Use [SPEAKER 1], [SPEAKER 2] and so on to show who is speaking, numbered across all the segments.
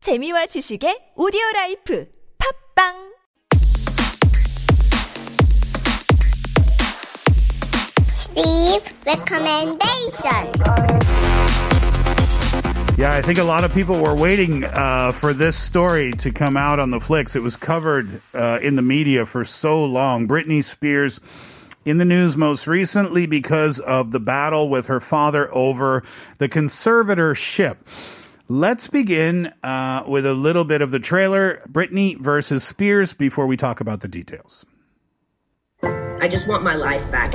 [SPEAKER 1] 재미와 지식의 오디오 라이프 팝빵
[SPEAKER 2] Steve recommendation.
[SPEAKER 3] Yeah, I think a lot of people were waiting uh, for this story to come out on the flicks. It was covered uh, in the media for so long. Britney Spears in the news most recently because of the battle with her father over the conservatorship. Let's begin uh, with a little bit of the trailer Britney versus Spears before we talk about the details.
[SPEAKER 4] I just want my life back.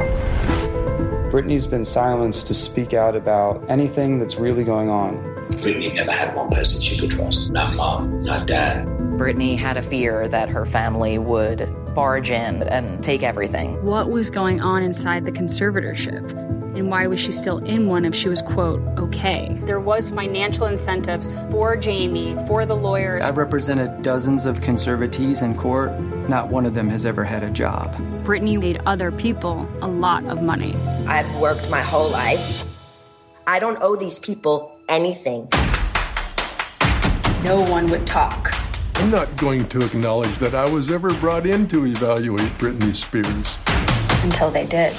[SPEAKER 5] Brittany's been silenced to speak out about anything that's really going on.
[SPEAKER 6] Brittany's never had one person she could trust. Not mom, not dad.
[SPEAKER 7] Brittany had a fear that her family would barge in and take everything.
[SPEAKER 8] what was going on inside the conservatorship and why was she still in one if she was quote okay there was financial incentives for jamie for the lawyers
[SPEAKER 5] I represented dozens of conservatees in court. Not one of them has ever had a job.
[SPEAKER 8] brittany made other people a lot of money
[SPEAKER 4] I've worked my whole life. I don't owe these people anything.
[SPEAKER 8] no one would talk
[SPEAKER 9] I'm not going to acknowledge that I was ever brought in to evaluate Britney Spears.
[SPEAKER 8] until they did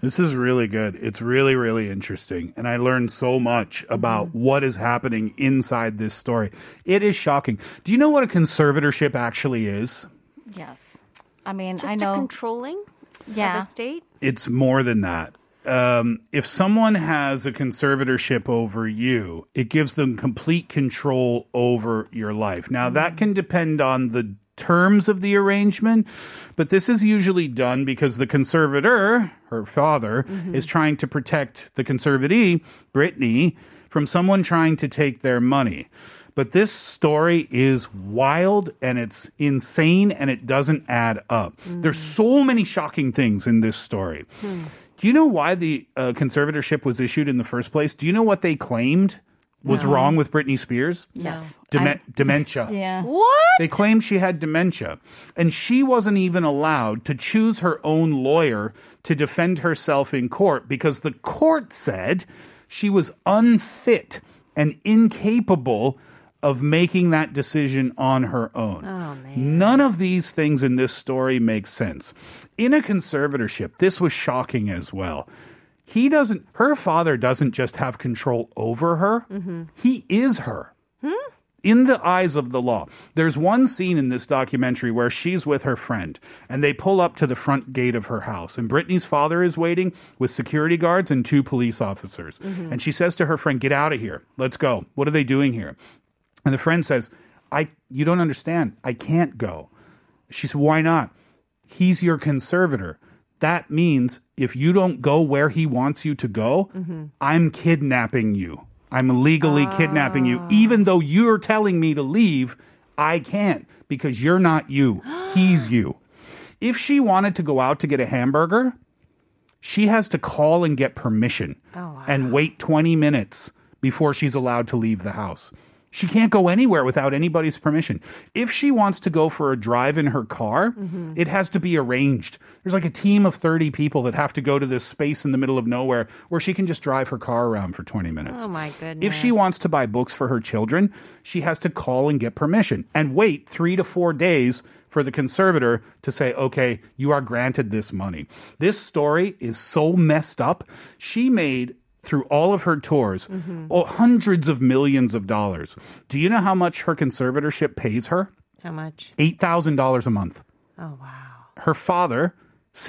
[SPEAKER 3] This is really good. It's really, really interesting. And I learned so much about what is happening inside this story. It is shocking. Do you know what a conservatorship actually is?
[SPEAKER 10] Yes. I mean,
[SPEAKER 8] just
[SPEAKER 10] I know.
[SPEAKER 8] a controlling
[SPEAKER 10] yeah.
[SPEAKER 8] of the state
[SPEAKER 3] It's more than that. Um, if someone has a conservatorship over you, it gives them complete control over your life. Now, that can depend on the terms of the arrangement, but this is usually done because the conservator, her father, is trying to protect the conservatee, Brittany, from someone trying to take their money. But this story is wild and it's insane and it doesn't add up. There's so many shocking things in this story. Do you know why the uh, conservatorship was issued in the first place? Do you know what they claimed was wrong with Britney Spears?
[SPEAKER 10] Yes.
[SPEAKER 3] Deme- dementia.
[SPEAKER 10] Yeah.
[SPEAKER 3] They claimed she had dementia, and she wasn't even allowed to choose her own lawyer to defend herself in court because the court said she was unfit and incapable of making that decision on her own. None of these things in this story make sense. In a conservatorship, this was shocking as well. He doesn't, her father doesn't just have control over her, he is her in the eyes of the law. There's one scene in this documentary where she's with her friend and they pull up to the front gate of her house and Brittany's father is waiting with security guards and two police officers. And she says to her friend, "Get out of here. Let's go. What are they doing here?" And the friend says, "I you don't understand. I can't go." She said, "Why not?" He's your conservator. That means if you don't go where he wants you to go, I'm kidnapping you. I'm legally kidnapping you. Even though you're telling me to leave, I can't because you're not you. He's you. If she wanted to go out to get a hamburger, she has to call and get permission and wait 20 minutes before she's allowed to leave the house. She can't go anywhere without anybody's permission. If she wants to go for a drive in her car, it has to be arranged. There's like a team of 30 people that have to go to this space in the middle of nowhere where she can just drive her car around for 20 minutes. Oh my goodness. If she wants to buy books for her children, she has to call and get permission and wait 3 to 4 days for the conservator to say, okay, you are granted this money. This story is so messed up. She made through all of her tours
[SPEAKER 7] Mm-hmm.
[SPEAKER 3] oh, hundreds of millions of dollars. Do you know how much her conservatorship pays her?
[SPEAKER 7] How much?
[SPEAKER 3] $8,000 a month.
[SPEAKER 7] Oh, wow.
[SPEAKER 3] Her father,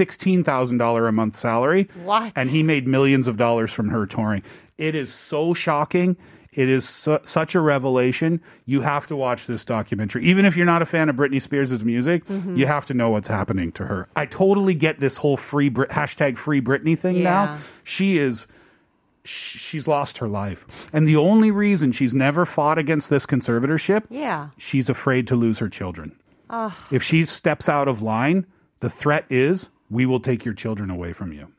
[SPEAKER 3] $16,000 a month salary.
[SPEAKER 7] What?
[SPEAKER 3] And he made millions of dollars from her touring. It is so shocking. It is su- such a revelation. You have to watch this documentary. Even if you're not a fan of Britney Spears' music,
[SPEAKER 7] Mm-hmm.
[SPEAKER 3] you have to know what's happening to her. I totally get this whole free Brit- hashtag free Britney thing now.
[SPEAKER 7] Yeah.
[SPEAKER 3] She is sh- she's lost her life. And the only reason she's never fought against this conservatorship
[SPEAKER 7] Yeah.
[SPEAKER 3] she's afraid to lose her children. If she steps out of line, the threat is we will take your children away from you.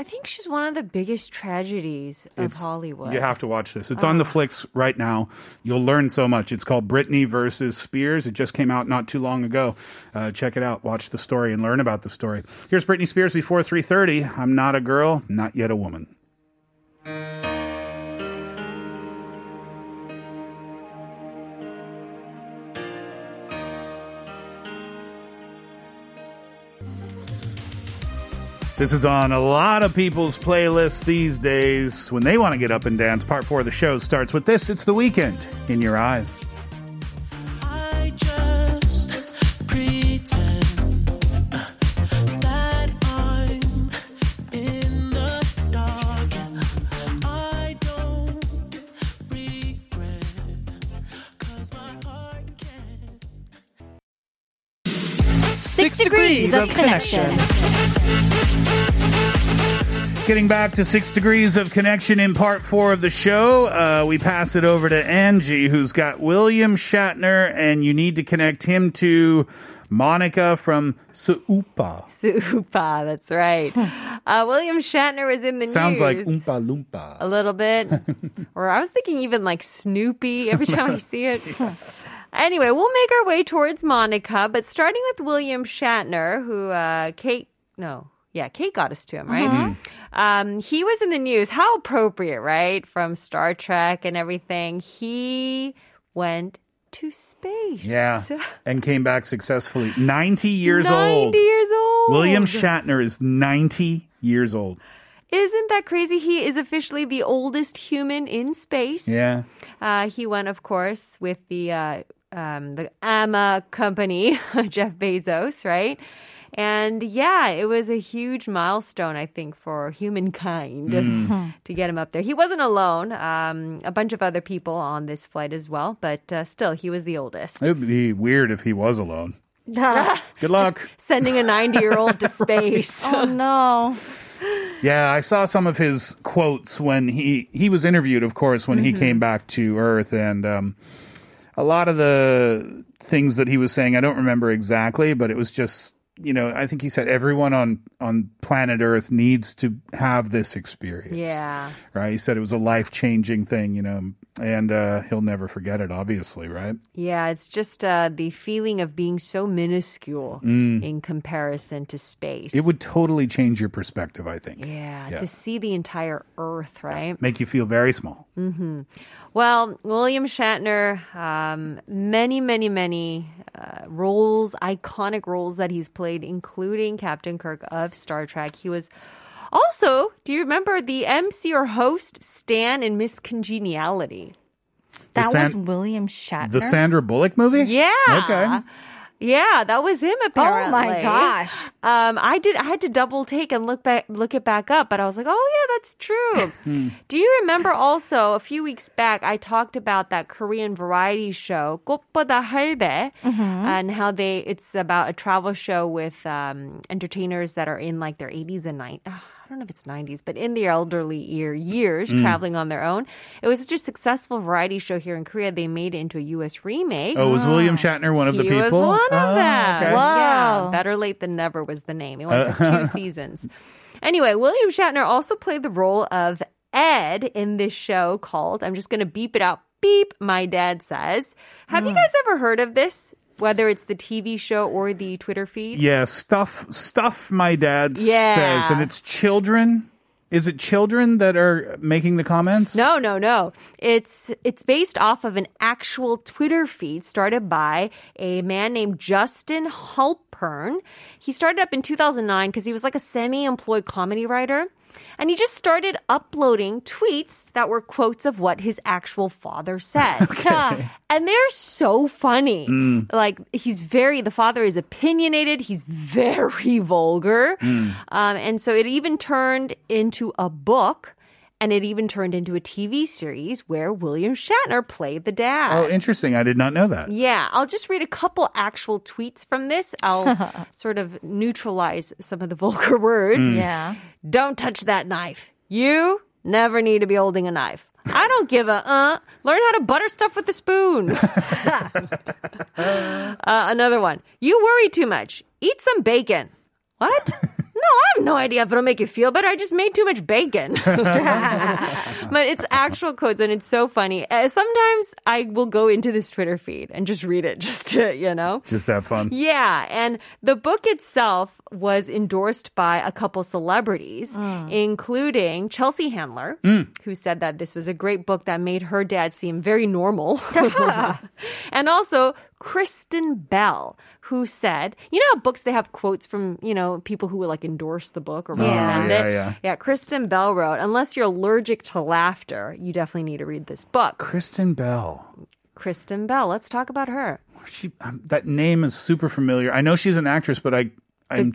[SPEAKER 10] I think she's one of the biggest tragedies of
[SPEAKER 3] It's-
[SPEAKER 10] Hollywood. Uh-huh.
[SPEAKER 3] You have to watch this. It's on the flicks right now. You'll learn so much. It's called Britney versus Spears. It just came out not too long ago. Uh, check it out. Watch the story and learn about the story. Here's Britney Spears before 3:30. I'm not a girl, not yet a woman. This is on a lot of people's playlists these days when they want to get up and dance. Part four of the show starts with this It's the Weekend in Your Eyes.
[SPEAKER 1] Six degrees of connection.
[SPEAKER 3] Getting back to Six Degrees of Connection in part four of the show, uh, we pass it over to Angie, who's got William Shatner, and you need to connect him to Monica from Suupa.
[SPEAKER 10] Supa, that's right. Uh, William Shatner was in the
[SPEAKER 3] Sounds like
[SPEAKER 10] news.
[SPEAKER 3] Oompa
[SPEAKER 10] a
[SPEAKER 3] Loompa.
[SPEAKER 10] little bit. or I was thinking even like Snoopy every time I see it. Anyway, we'll make our way towards Monica, but starting with William Shatner, who uh, Kate, no, yeah, Kate got us to him, right?
[SPEAKER 3] Mm-hmm.
[SPEAKER 10] Um, he was in the news. How appropriate, right? From Star Trek and everything. He went to space.
[SPEAKER 3] Yeah, and came back successfully. 90 years
[SPEAKER 10] 90
[SPEAKER 3] old.
[SPEAKER 10] years old.
[SPEAKER 3] William Shatner is 90 years old.
[SPEAKER 10] Isn't that crazy? He is officially the oldest human in space.
[SPEAKER 3] Yeah.
[SPEAKER 10] Uh, he went, of course, with the uh, um, the AMA company, Jeff Bezos, right? And yeah, it was a huge milestone, I think, for humankind
[SPEAKER 3] Mm.
[SPEAKER 10] to get him up there. He wasn't alone; um, a bunch of other people on this flight as well. But uh, still, he was the oldest.
[SPEAKER 3] It would be weird if he was alone. Good luck.
[SPEAKER 10] Sending a ninety-year-old to space.
[SPEAKER 11] Oh no.
[SPEAKER 3] Yeah, I saw some of his quotes when he he was interviewed, of course, when
[SPEAKER 10] Mm-hmm.
[SPEAKER 3] he came back to Earth, and um, a lot of the things that he was saying, I don't remember exactly, but it was just you know, I think he said everyone on on planet Earth needs to have this experience.
[SPEAKER 10] yeah,
[SPEAKER 3] right. He said it was a life changing thing, you know, and uh, he'll never forget it, obviously, right?
[SPEAKER 10] yeah. It's just uh, the feeling of being so minuscule in comparison to space.
[SPEAKER 3] Mm. It would totally change your perspective, I think.
[SPEAKER 10] Yeah,
[SPEAKER 3] Yeah.
[SPEAKER 10] to see the entire Earth, right?
[SPEAKER 3] Make you feel very small.
[SPEAKER 10] Mm, Well, William Shatner, um, many, many, many uh, roles, iconic roles that he's played, including Captain Kirk of Star Trek. He was also, do you remember the MC or host Stan in Miss Congeniality?
[SPEAKER 3] The
[SPEAKER 11] That was
[SPEAKER 3] San-
[SPEAKER 11] William Shatner.
[SPEAKER 3] the Sandra Bullock movie?
[SPEAKER 10] Yeah.
[SPEAKER 3] Okay.
[SPEAKER 10] Yeah, that was him.
[SPEAKER 11] oh
[SPEAKER 10] Apparently,
[SPEAKER 11] my gosh.
[SPEAKER 10] Um, I did. I had to double take and look back, look it back up, but I was like, "Oh yeah, that's
[SPEAKER 11] Hmm.
[SPEAKER 10] true." Do you remember also a few weeks back I talked about that Korean variety show 꽃보다 할배
[SPEAKER 11] Mm-hmm.
[SPEAKER 10] and how they it's about a travel show with um, entertainers that are in like their 80s and 90s. I don't know if it's 90s, but in the elderly year years
[SPEAKER 11] Hmm.
[SPEAKER 10] traveling on their own. It was such a successful variety show here in Korea. They made it into a U.S. remake.
[SPEAKER 3] Oh, was William Shatner one of the
[SPEAKER 10] Ah, He
[SPEAKER 3] people?
[SPEAKER 10] was one of
[SPEAKER 3] Oh,
[SPEAKER 10] them.
[SPEAKER 3] okay. Uh,
[SPEAKER 10] Yeah, better late than never was the name. It went for two seasons. Anyway, William Shatner also played the role of Ed in this show called I'm just going to beep it out. Beep, my dad says. Have
[SPEAKER 3] Hmm.
[SPEAKER 10] you guys ever heard of this? Whether it's the TV show or the Twitter feed?
[SPEAKER 3] Yeah, stuff stuff my dad
[SPEAKER 10] Yeah.
[SPEAKER 3] says and it's children. Is it children that are making the comments?
[SPEAKER 10] No, no, no. It's it's based off of an actual Twitter feed started by a man named Justin Halpern. He started up in 2009 because he was like a semi-employed comedy writer. And he just started uploading tweets that were quotes of what his actual father said. And they're so funny. Like, he's very, the father is opinionated. He's very vulgar. Um, and so it even turned into a book and it even turned into a TV series where William Shatner played the dad.
[SPEAKER 3] Oh, interesting. I did not know that.
[SPEAKER 10] yeah, I'll just read a couple actual tweets from this. I'll sort of neutralize some of the vulgar words.
[SPEAKER 11] Yeah.
[SPEAKER 10] Don't touch that knife. You never need to be holding a knife. I don't give a uh. Learn how to butter stuff with a spoon. Uh, another one. You worry too much. Eat some bacon. What? No, I have no idea if it'll make you feel better. I just made too much bacon. but it's actual quotes and it's so funny. Uh, sometimes I will go into this Twitter feed and just read it just to, you know.
[SPEAKER 3] Just have fun.
[SPEAKER 10] Yeah, and the book itself was endorsed by a couple celebrities,
[SPEAKER 3] Hmm.
[SPEAKER 10] including Chelsea Handler, who said that this was a great book that made her dad seem very normal. and also Kristen Bell, who said, you know, how books they have quotes from you know people who like endorse the book or
[SPEAKER 3] Oh,
[SPEAKER 10] recommend
[SPEAKER 3] yeah,
[SPEAKER 10] it.
[SPEAKER 3] yeah.
[SPEAKER 10] Kristen Bell wrote, unless you're allergic to laughter, you definitely need to read this book.
[SPEAKER 3] Kristen Bell.
[SPEAKER 10] Kristen Bell. Let's talk about her.
[SPEAKER 3] She um, that name is super familiar. I know she's an actress, but I I'm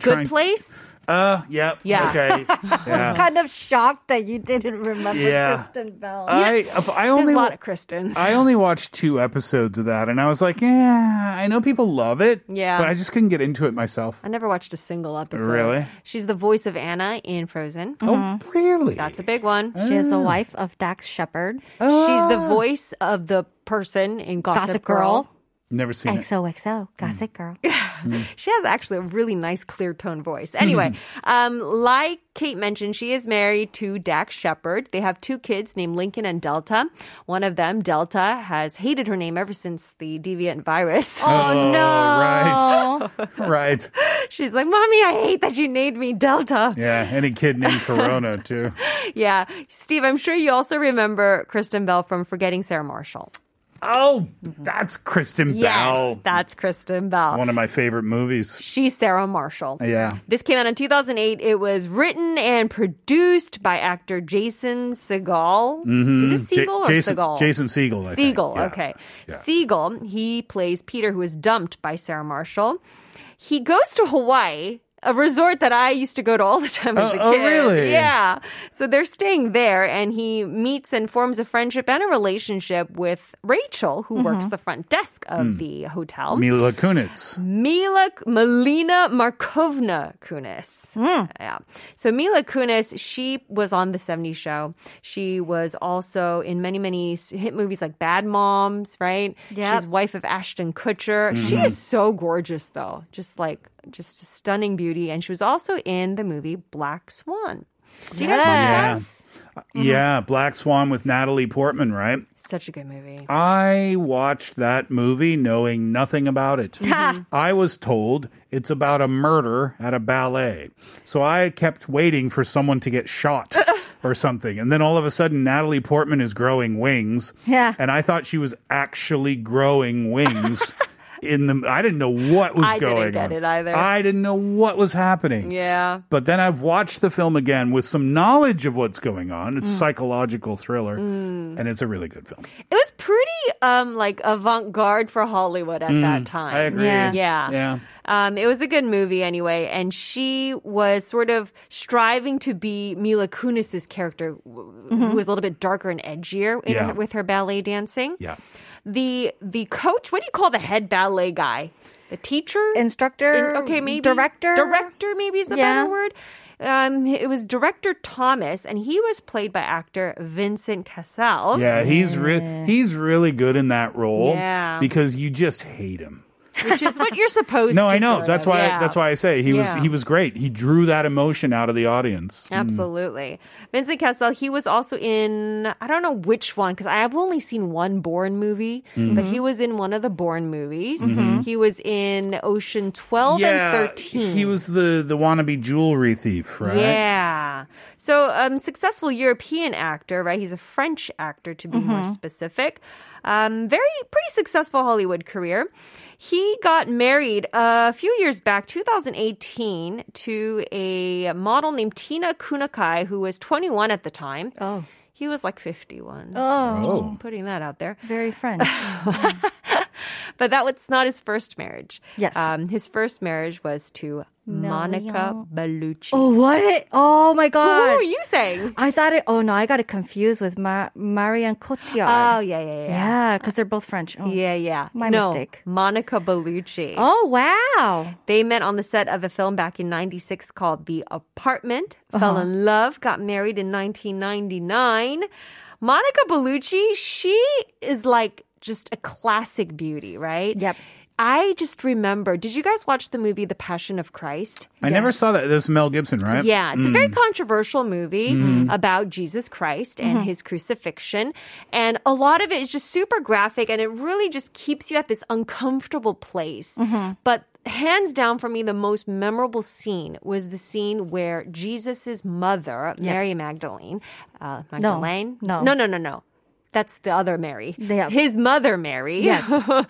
[SPEAKER 10] the Good
[SPEAKER 3] trying.
[SPEAKER 10] Place.
[SPEAKER 3] Uh, yep.
[SPEAKER 10] Yeah.
[SPEAKER 3] Okay.
[SPEAKER 11] I was
[SPEAKER 3] Yeah.
[SPEAKER 11] kind of shocked that you didn't remember
[SPEAKER 3] Yeah.
[SPEAKER 11] Kristen Bell.
[SPEAKER 3] I if I only
[SPEAKER 10] There's a
[SPEAKER 3] wa-
[SPEAKER 10] lot of Kristens.
[SPEAKER 3] I only watched two episodes of that, and I was like, yeah, I know people love it.
[SPEAKER 10] Yeah. Uh-huh.
[SPEAKER 3] But I just couldn't get into it myself.
[SPEAKER 10] I never watched a single episode.
[SPEAKER 3] Really?
[SPEAKER 10] She's the voice of Anna in Frozen.
[SPEAKER 3] Oh, really?
[SPEAKER 10] That's a big one.
[SPEAKER 11] She is the wife of Dax Shepard.
[SPEAKER 10] She's
[SPEAKER 3] Ah.
[SPEAKER 10] the voice of the person in Gossip,
[SPEAKER 11] Gossip Girl.
[SPEAKER 3] Never seen it.
[SPEAKER 11] XOXO, Gossip Girl.
[SPEAKER 10] She has actually a really nice, clear tone voice.
[SPEAKER 3] Hmm.
[SPEAKER 10] Anyway, um, like Kate mentioned, she is married to Dax Shepard. They have two kids named Lincoln and Delta. One of them, Delta, has hated her name ever since the deviant virus.
[SPEAKER 3] Oh, no! Right, right.
[SPEAKER 10] She's like, "Mommy, I hate that you named me Delta."
[SPEAKER 3] Yeah, any kid named Corona too.
[SPEAKER 10] Yeah, Steve, I'm sure you also remember Kristen Bell from Forgetting Sarah Marshall.
[SPEAKER 3] Oh, that's Kristen Bell.
[SPEAKER 10] Yes, that's Kristen Bell.
[SPEAKER 3] One of my favorite movies.
[SPEAKER 10] She's Sarah Marshall.
[SPEAKER 3] Yeah.
[SPEAKER 10] This came out in 2008. It was written and produced by actor Jason Segal. Is it
[SPEAKER 3] Mm-hmm. Ja-
[SPEAKER 10] Segal or
[SPEAKER 3] Jason
[SPEAKER 10] Segal?
[SPEAKER 3] Jason Siegel. I think.
[SPEAKER 10] Siegel,
[SPEAKER 3] Yeah.
[SPEAKER 10] okay.
[SPEAKER 3] Yeah.
[SPEAKER 10] Siegel, he plays Peter, who is dumped by Sarah Marshall. He goes to Hawaii, a resort that I used to go to all the time as
[SPEAKER 3] Oh,
[SPEAKER 10] a kid.
[SPEAKER 3] oh, really?
[SPEAKER 10] Yeah. So they're staying there, and he meets and forms a friendship and a relationship with Rachel, who works
[SPEAKER 3] Mm-hmm.
[SPEAKER 10] the front desk of
[SPEAKER 3] Mm.
[SPEAKER 10] the hotel.
[SPEAKER 3] Mila Kunitz.
[SPEAKER 10] Mila Melina Markovna Kunis. Yeah. So Mila Kunis, she was on the 70s show. She was also in many, many s- hit movies like Bad Moms, right?
[SPEAKER 11] Yep.
[SPEAKER 10] She's wife of Ashton Kutcher. She is so gorgeous though. Just like just a stunning beauty. And she was also in the movie Black Swan. Do you guys watch that? Mm-hmm.
[SPEAKER 3] Yeah, Black Swan with Natalie Portman, right?
[SPEAKER 10] Such a good movie.
[SPEAKER 3] I watched that movie knowing nothing about it. I was told it's about a murder at a ballet. So I kept waiting for someone to get shot or something. And then all of a sudden, Natalie Portman is growing wings.
[SPEAKER 11] Yeah.
[SPEAKER 3] And I thought she was actually growing wings. In the, I didn't know what was
[SPEAKER 10] I didn't
[SPEAKER 3] going
[SPEAKER 10] get
[SPEAKER 3] on.
[SPEAKER 10] it either.
[SPEAKER 3] I didn't know what was happening.
[SPEAKER 10] Yeah.
[SPEAKER 3] But then I've watched the film again with some knowledge of what's going on.
[SPEAKER 10] Mm.
[SPEAKER 3] It's psychological thriller, and it's a really good film.
[SPEAKER 10] It was pretty um like avant-garde for Hollywood at that time.
[SPEAKER 3] Mm, I agree.
[SPEAKER 11] Yeah.
[SPEAKER 10] Yeah.
[SPEAKER 3] Yeah.
[SPEAKER 10] Um, it was a good movie anyway, and she was sort of striving to be Mila Kunis's character, w who
[SPEAKER 11] Mm-hmm.
[SPEAKER 10] was a little bit darker and edgier in
[SPEAKER 3] Yeah.
[SPEAKER 10] her, with her ballet dancing.
[SPEAKER 3] Yeah.
[SPEAKER 10] The the coach, what do you call the head ballet guy? The teacher,
[SPEAKER 11] Instructor?
[SPEAKER 10] In- okay, maybe
[SPEAKER 11] Director?
[SPEAKER 10] Director, maybe is the
[SPEAKER 11] Yeah.
[SPEAKER 10] better word. Um, it was director Thomas, and he was played by actor Vincent Cassell.
[SPEAKER 3] Yeah, he's re- he's really good in that
[SPEAKER 10] Oh,
[SPEAKER 3] role
[SPEAKER 10] Yeah.
[SPEAKER 3] because you just hate him.
[SPEAKER 10] which is what you're supposed
[SPEAKER 3] No,
[SPEAKER 10] to
[SPEAKER 3] I know.
[SPEAKER 10] sort
[SPEAKER 3] That's
[SPEAKER 10] of,
[SPEAKER 3] why
[SPEAKER 10] yeah.
[SPEAKER 3] that's why I say he
[SPEAKER 10] Yeah.
[SPEAKER 3] was he was great. He drew that emotion out of the audience.
[SPEAKER 10] Absolutely. Vincent Cassel, he was also in, I don't know which one, because I have only seen one Bourne movie,
[SPEAKER 3] Mm-hmm.
[SPEAKER 10] but he was in one of the Bourne movies. He was in Ocean 12 and 13.
[SPEAKER 3] he was the the wannabe jewelry thief, right?
[SPEAKER 10] Yeah. So, um, successful European actor, right? He's a French actor, to be more
[SPEAKER 3] Mm-hmm.
[SPEAKER 10] specific. Um, very, pretty successful Hollywood career. He got married a few years back, 2018, to a model named Tina Kunakai, who was 21 at the time.
[SPEAKER 11] Oh.
[SPEAKER 10] He was like 51.
[SPEAKER 3] Oh.
[SPEAKER 10] Putting that out there.
[SPEAKER 11] Very French.
[SPEAKER 10] But that was not his first marriage.
[SPEAKER 11] Yes.
[SPEAKER 10] Um, his first marriage was to Monica Bellucci.
[SPEAKER 11] oh, what? It, oh, my
[SPEAKER 10] Who
[SPEAKER 11] God.
[SPEAKER 10] were you saying?
[SPEAKER 11] I thought it. Oh no, I got it confused with Ma- Marianne Cotillard.
[SPEAKER 10] Oh, yeah, yeah, yeah.
[SPEAKER 11] yeah, because they're both French. Oh.
[SPEAKER 10] Yeah, yeah.
[SPEAKER 11] My
[SPEAKER 10] No,
[SPEAKER 11] mistake.
[SPEAKER 10] Monica Bellucci.
[SPEAKER 11] Oh wow.
[SPEAKER 10] They met on the set of a film back in 96 called The Apartment,
[SPEAKER 11] Uh-huh.
[SPEAKER 10] fell in love, got married in 1999. Monica Bellucci, she is like just a classic beauty, right?
[SPEAKER 11] Yep.
[SPEAKER 10] I just remember, did you guys watch the movie The Passion of Christ?
[SPEAKER 3] I never saw that. This is Mel Gibson, right?
[SPEAKER 10] Yeah, it's a very controversial movie about Jesus Christ and
[SPEAKER 11] Mm-hmm.
[SPEAKER 10] his crucifixion. And a lot of it is just super graphic and it really just keeps you at this uncomfortable place.
[SPEAKER 11] Mm-hmm.
[SPEAKER 10] But hands down for me, the most memorable scene was the scene where Jesus' mother, Mary Magdalene, uh, Magdalene?
[SPEAKER 11] no.
[SPEAKER 10] No, no, no, no. that's the other Mary.
[SPEAKER 11] Yeah.
[SPEAKER 10] His mother, Mary.
[SPEAKER 11] Yes.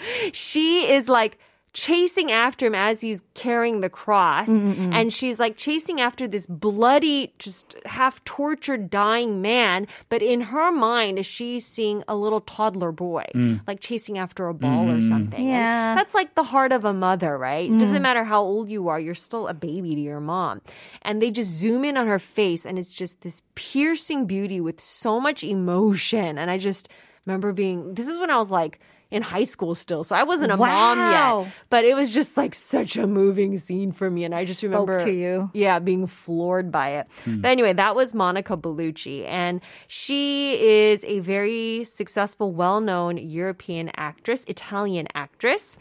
[SPEAKER 10] she is like chasing after him as he's carrying the cross
[SPEAKER 11] Mm,
[SPEAKER 10] and she's like chasing after this bloody just half tortured dying man but in her mind she's seeing a little toddler boy like chasing after a ball or something And
[SPEAKER 11] Mm. Mm-hmm. Yeah. Mm.
[SPEAKER 10] that's like the heart of a mother right doesn't matter how old you are you're still a baby to your mom and they just zoom in on her face and it's just this piercing beauty with so much emotion and i just remember being this is when i was like in high school still so i wasn't a mom
[SPEAKER 11] Wow.
[SPEAKER 10] yet but it was just like such a moving scene for me and i just
[SPEAKER 11] Spoke
[SPEAKER 10] remember
[SPEAKER 11] to you.
[SPEAKER 10] yeah being floored by it but anyway that was monica bellucci and she is a very successful well-known european actress italian actress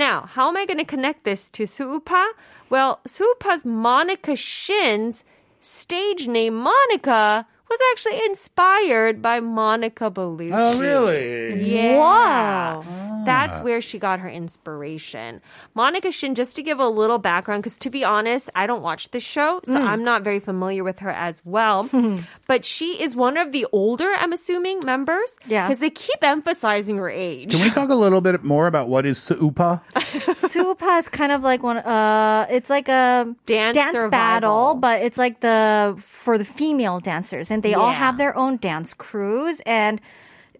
[SPEAKER 10] now how am i going to connect this to suupa well suupa's monica shin's stage name monica was actually inspired by monica bellucci
[SPEAKER 3] Oh, really?
[SPEAKER 10] yeah.
[SPEAKER 11] Wow.
[SPEAKER 10] That's where she got her inspiration. Monica Shin, just to give a little background, because to be honest, I don't watch the show,
[SPEAKER 11] Mm.
[SPEAKER 10] so I'm not very familiar with her as well.
[SPEAKER 11] Hmm.
[SPEAKER 10] but she is one of the older, I'm assuming, members.
[SPEAKER 11] Yeah.
[SPEAKER 10] Because they keep emphasizing her age.
[SPEAKER 3] Can we talk a little bit more about what is Suupa?
[SPEAKER 11] Supa is kind of like one. Uh, it's like a
[SPEAKER 10] Dance survival.
[SPEAKER 11] battle, but it's like the for the female dancers, and they all
[SPEAKER 10] Yeah.
[SPEAKER 11] have their own dance crews, and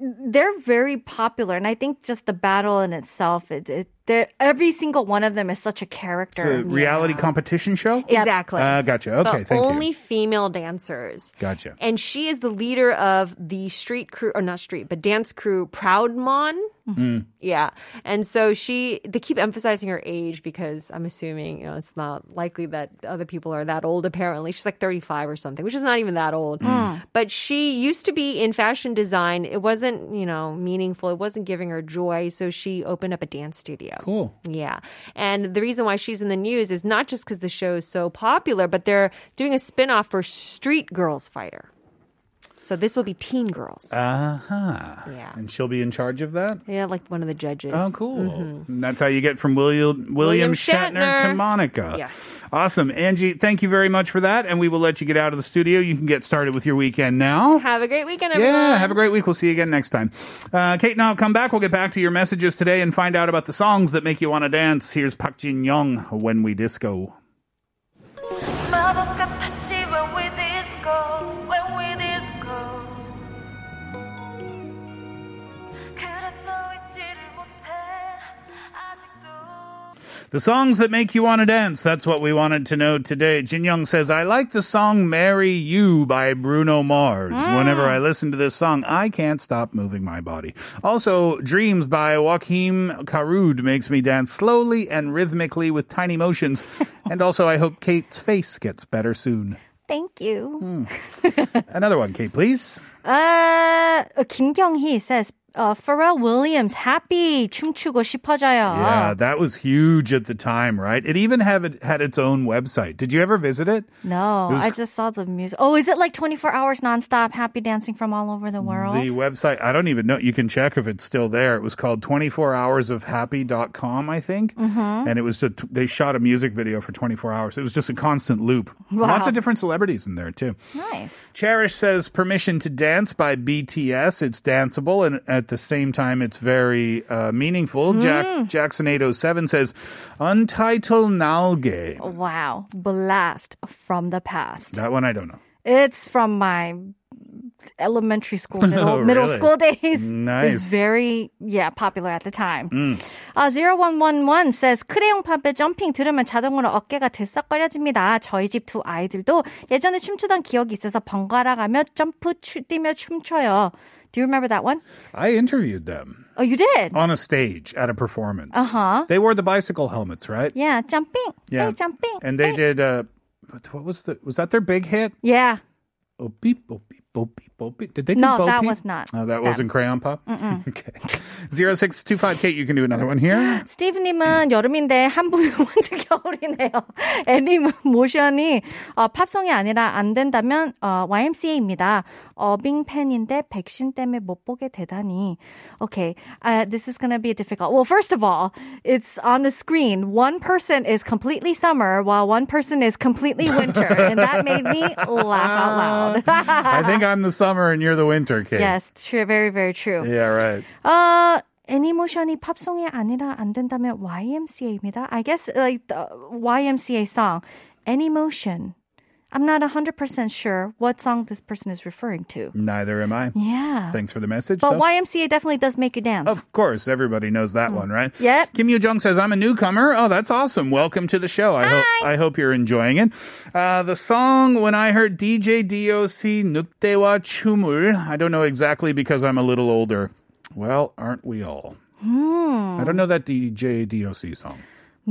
[SPEAKER 11] they're very popular. And I think just the battle in itself, it, it they're, every single one of them is such a
[SPEAKER 3] It's a
[SPEAKER 11] character.
[SPEAKER 3] reality competition show?
[SPEAKER 10] Exactly.
[SPEAKER 3] Uh, gotcha. Okay,
[SPEAKER 10] but
[SPEAKER 3] thank
[SPEAKER 10] only
[SPEAKER 3] you.
[SPEAKER 10] female dancers.
[SPEAKER 3] Gotcha.
[SPEAKER 10] And she is the leader of the street crew, or not street, but dance crew Proudmon.
[SPEAKER 3] Mm-hmm.
[SPEAKER 10] Yeah. And so she, they keep emphasizing her age because I'm assuming you know, it's not likely that other people are that old, apparently. She's like 35 or something, which is not even that old.
[SPEAKER 3] Mm.
[SPEAKER 10] But she used to be in fashion design. It wasn't, you know, meaningful, it wasn't giving her joy. So she opened up a dance studio.
[SPEAKER 3] Cool.
[SPEAKER 10] Yeah. And the reason why she's in the news is not just because the show is so popular, but they're doing a spin off for Street Girls Fighter. So this will be Teen Girls.
[SPEAKER 3] Uh huh.
[SPEAKER 10] Yeah.
[SPEAKER 3] And she'll be in charge of that?
[SPEAKER 10] yeah, like one of the judges.
[SPEAKER 3] Oh, cool. And that's how you get from William, William,
[SPEAKER 10] Mm-hmm. William
[SPEAKER 3] Shatner, to
[SPEAKER 10] Shatner.
[SPEAKER 3] Monica.
[SPEAKER 10] Yes.
[SPEAKER 3] Awesome. Angie, thank you very much for that. And we will let you get out of the studio. You can get started with your weekend now.
[SPEAKER 10] Have a great weekend, everyone.
[SPEAKER 3] Yeah, have a great week. We'll see you again next time. Uh, Kate and I will come back. We'll get back to your messages today and find out about the songs that make you want to dance. Here's Park Jin Young, When We Disco. The songs that make you want to dance. That's what we wanted to know today. Jin Young says, I like the song Marry You by Bruno Mars.
[SPEAKER 11] Mm.
[SPEAKER 3] Whenever I listen to this song, I can't stop moving my body. Also, Dreams by Joachim Karud makes me dance slowly and rhythmically with tiny motions. and also, I hope Kate's face gets better soon. Hmm.
[SPEAKER 11] Thank you.
[SPEAKER 3] Another one, Kate, please.
[SPEAKER 11] Uh, Kim Kyung Hee says, uh, "Pharrell Williams, happy 춤추고 싶어져요."
[SPEAKER 3] Yeah, that was huge at the time, right? It even have it, had its own website. Did you ever visit it?
[SPEAKER 11] No,
[SPEAKER 3] It was
[SPEAKER 11] I just saw the music. Oh, is it like 24 hours nonstop happy dancing from all over the world?
[SPEAKER 3] The website, I don't even know. You can check if it's still there. It was called 24hoursofhappy.com, I think.
[SPEAKER 11] Mm-hmm.
[SPEAKER 3] And it was, a, they shot a music video for 24 hours. It was just a constant loop. Lots of different celebrities in there, too.
[SPEAKER 11] nice.
[SPEAKER 3] Cherish says Permission to Dance by BTS. It's danceable and at the same time it's very uh, meaningful.
[SPEAKER 11] Mm-hmm.
[SPEAKER 3] Jack, Jackson807 says Untitled Nalge.
[SPEAKER 11] Wow. Blast from the past.
[SPEAKER 3] That one I don't know.
[SPEAKER 11] It's from my elementary school, middle,
[SPEAKER 3] Oh,
[SPEAKER 11] middle
[SPEAKER 3] really?
[SPEAKER 11] school days.
[SPEAKER 3] Nice. Mm.
[SPEAKER 11] It's very, yeah, popular at the time. Uh, 0111 says, 크레용 팝의 점핑 들으면 자동으로 어깨가 들썩거려집니다. 저희 집 두 아이들도 예전에 춤추던 기억이 있어서 번갈아 가며 점프 추, 뛰며 춤춰요. Do you remember that one?
[SPEAKER 3] I interviewed them
[SPEAKER 11] Oh, you did?
[SPEAKER 3] on a stage at a performance.
[SPEAKER 11] Uh-huh.
[SPEAKER 3] They wore the bicycle helmets, right?
[SPEAKER 11] Yeah, jumping.
[SPEAKER 3] Yeah.
[SPEAKER 11] Hey, jumping.
[SPEAKER 3] And they
[SPEAKER 11] Hey.
[SPEAKER 3] did. Uh, what- what was the? Was that their big hit?
[SPEAKER 11] Yeah.
[SPEAKER 3] Oh beep, oh beep, oh beep, oh beep. Did they do
[SPEAKER 11] No,
[SPEAKER 3] Bo
[SPEAKER 11] that
[SPEAKER 3] Peep?
[SPEAKER 11] was not
[SPEAKER 3] Oh, that,
[SPEAKER 11] them.
[SPEAKER 3] wasn't Crayon Pop. okay. Zero six two five. Kate, you can do another one here.
[SPEAKER 11] 스티브님은 여름인데 한 분은 완전 겨울이네요. 애님 모션이 어, 팝송이 아니라 안 된다면 어, YMCA입니다. 어빙 팬인데 백신 때문에 못 보게 되다니. Okay, uh, this is gonna be difficult. Well, first of all, it's on the screen. One person is completely summer while one person is completely winter, and that made me laugh out loud.
[SPEAKER 3] I think think I'm the summer and you're the winter, Kate.
[SPEAKER 11] Yes, true. Very, very true.
[SPEAKER 3] Yeah, right.
[SPEAKER 11] 어, 애니모션이 팝송이 아니라 안 된다면 YMCA입니다. I guess like the YMCA song, Anymotion. I'm not 100% sure what song this person is referring to.
[SPEAKER 3] Neither am I.
[SPEAKER 11] Yeah.
[SPEAKER 3] Thanks for the message.
[SPEAKER 11] But
[SPEAKER 3] though.
[SPEAKER 11] YMCA definitely does make you dance.
[SPEAKER 3] Of course, everybody knows that one, right?
[SPEAKER 11] Yep.
[SPEAKER 3] Kim Yoo Jung says, "I'm a newcomer." Oh, that's awesome! Welcome to the show. I hope I hope you're enjoying it. Uh, the song when I heard DJ DOC "늑대와 춤을," I don't know exactly because I'm a little older. Well, aren't we all? I don't know that DJ DOC song.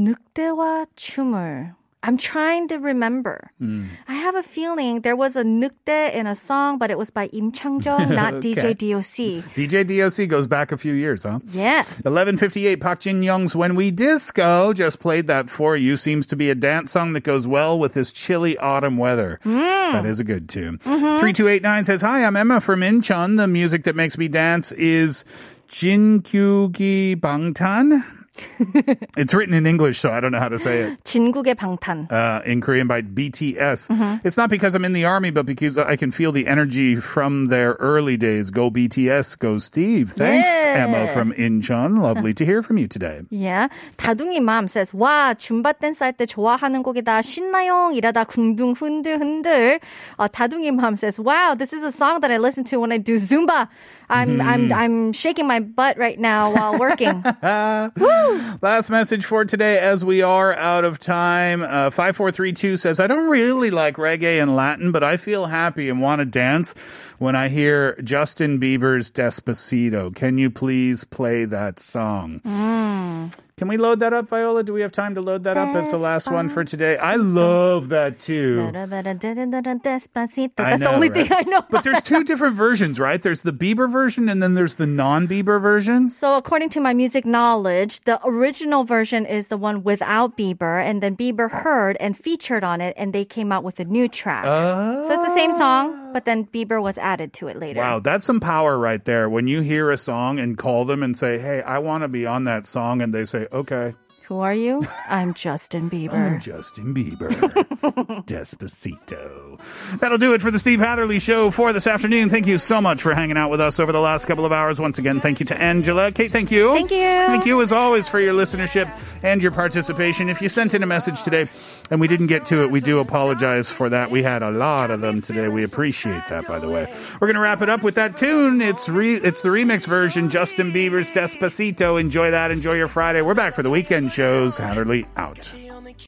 [SPEAKER 11] 늑대와 춤을. I'm trying to remember.
[SPEAKER 3] Hmm.
[SPEAKER 11] I have a feeling there was a 늑대 in a song, but it was by Im Chang Jung, not
[SPEAKER 3] Okay.
[SPEAKER 11] DJ DOC.
[SPEAKER 3] DJ DOC goes back a few years, huh?
[SPEAKER 11] Yeah.
[SPEAKER 3] 1158 Park Jin Young's When We Disco just played that for you. Seems to be a dance song that goes well with this chilly autumn weather.
[SPEAKER 11] Mm.
[SPEAKER 3] That is a good tune.
[SPEAKER 11] Mm-hmm.
[SPEAKER 3] 3289 says, Hi, I'm Emma from Incheon. The music that makes me dance is Jin Kyugi Bangtan. it's written in English, so I don't know how to say it.
[SPEAKER 11] 진국의 방탄.
[SPEAKER 3] Uh, in Korean by BTS. It's not because I'm in the army, but because I can feel the energy from their early days. Go BTS, go Steve. Thanks,
[SPEAKER 11] Yeah.
[SPEAKER 3] Emma from Incheon. Lovely to hear from you today.
[SPEAKER 11] Yeah. 다둥이 맘 says, 와, 줌바 댄스 할 때 좋아하는 곡이다. 신나용. 이러다 궁둥 흔들 흔들. 어, 다둥이 맘 says, wow, this is a song that I listen to when I do Zumba. I'm, I'm, I'm shaking my butt right now while working.
[SPEAKER 3] Last message for today, as we are out of time. Uh, 5432 says, I don't really like reggae and Latin, but I feel happy and want to dance when I hear Justin Bieber's Despacito. Can you please play that song? Can we load that up, Viola? Do we have time to load that up as the last one for today? I love that too.
[SPEAKER 11] Despacito.
[SPEAKER 3] I
[SPEAKER 11] That's the only thing I
[SPEAKER 3] right?
[SPEAKER 11] know.
[SPEAKER 3] But there's two different versions, right? There's the Bieber version and then there's the non Bieber version.
[SPEAKER 11] So according to my music knowledge, the original version is the one without Bieber, and then Bieber heard and featured on it, and they came out with a new track. So it's the same song, but then Bieber was added to it later.
[SPEAKER 3] Wow, that's some power right there. When you hear a song and call them and say, "Hey, I want to be on that song," and they say, "Okay,
[SPEAKER 11] Who are you? I'm Justin
[SPEAKER 3] I'm
[SPEAKER 11] Bieber.
[SPEAKER 3] Justin Bieber." Despacito. That'll do it for the Steve Hatherley Show for this afternoon. Thank you so much for hanging out with us over the last couple of hours. Once again, thank you to Angela. Kate, thank you.
[SPEAKER 11] Thank you.
[SPEAKER 3] Thank you, as always, for your listenership and your participation. If you sent in a message today and we didn't get to it, we do apologize for that. We had a lot of them today. We appreciate that, by the way. We're going to wrap it up with that tune. It's re- it's the remix version, Justin Bieber's Despacito. Enjoy that. Enjoy your Friday. We're back for the weekend shows. Hatterley out.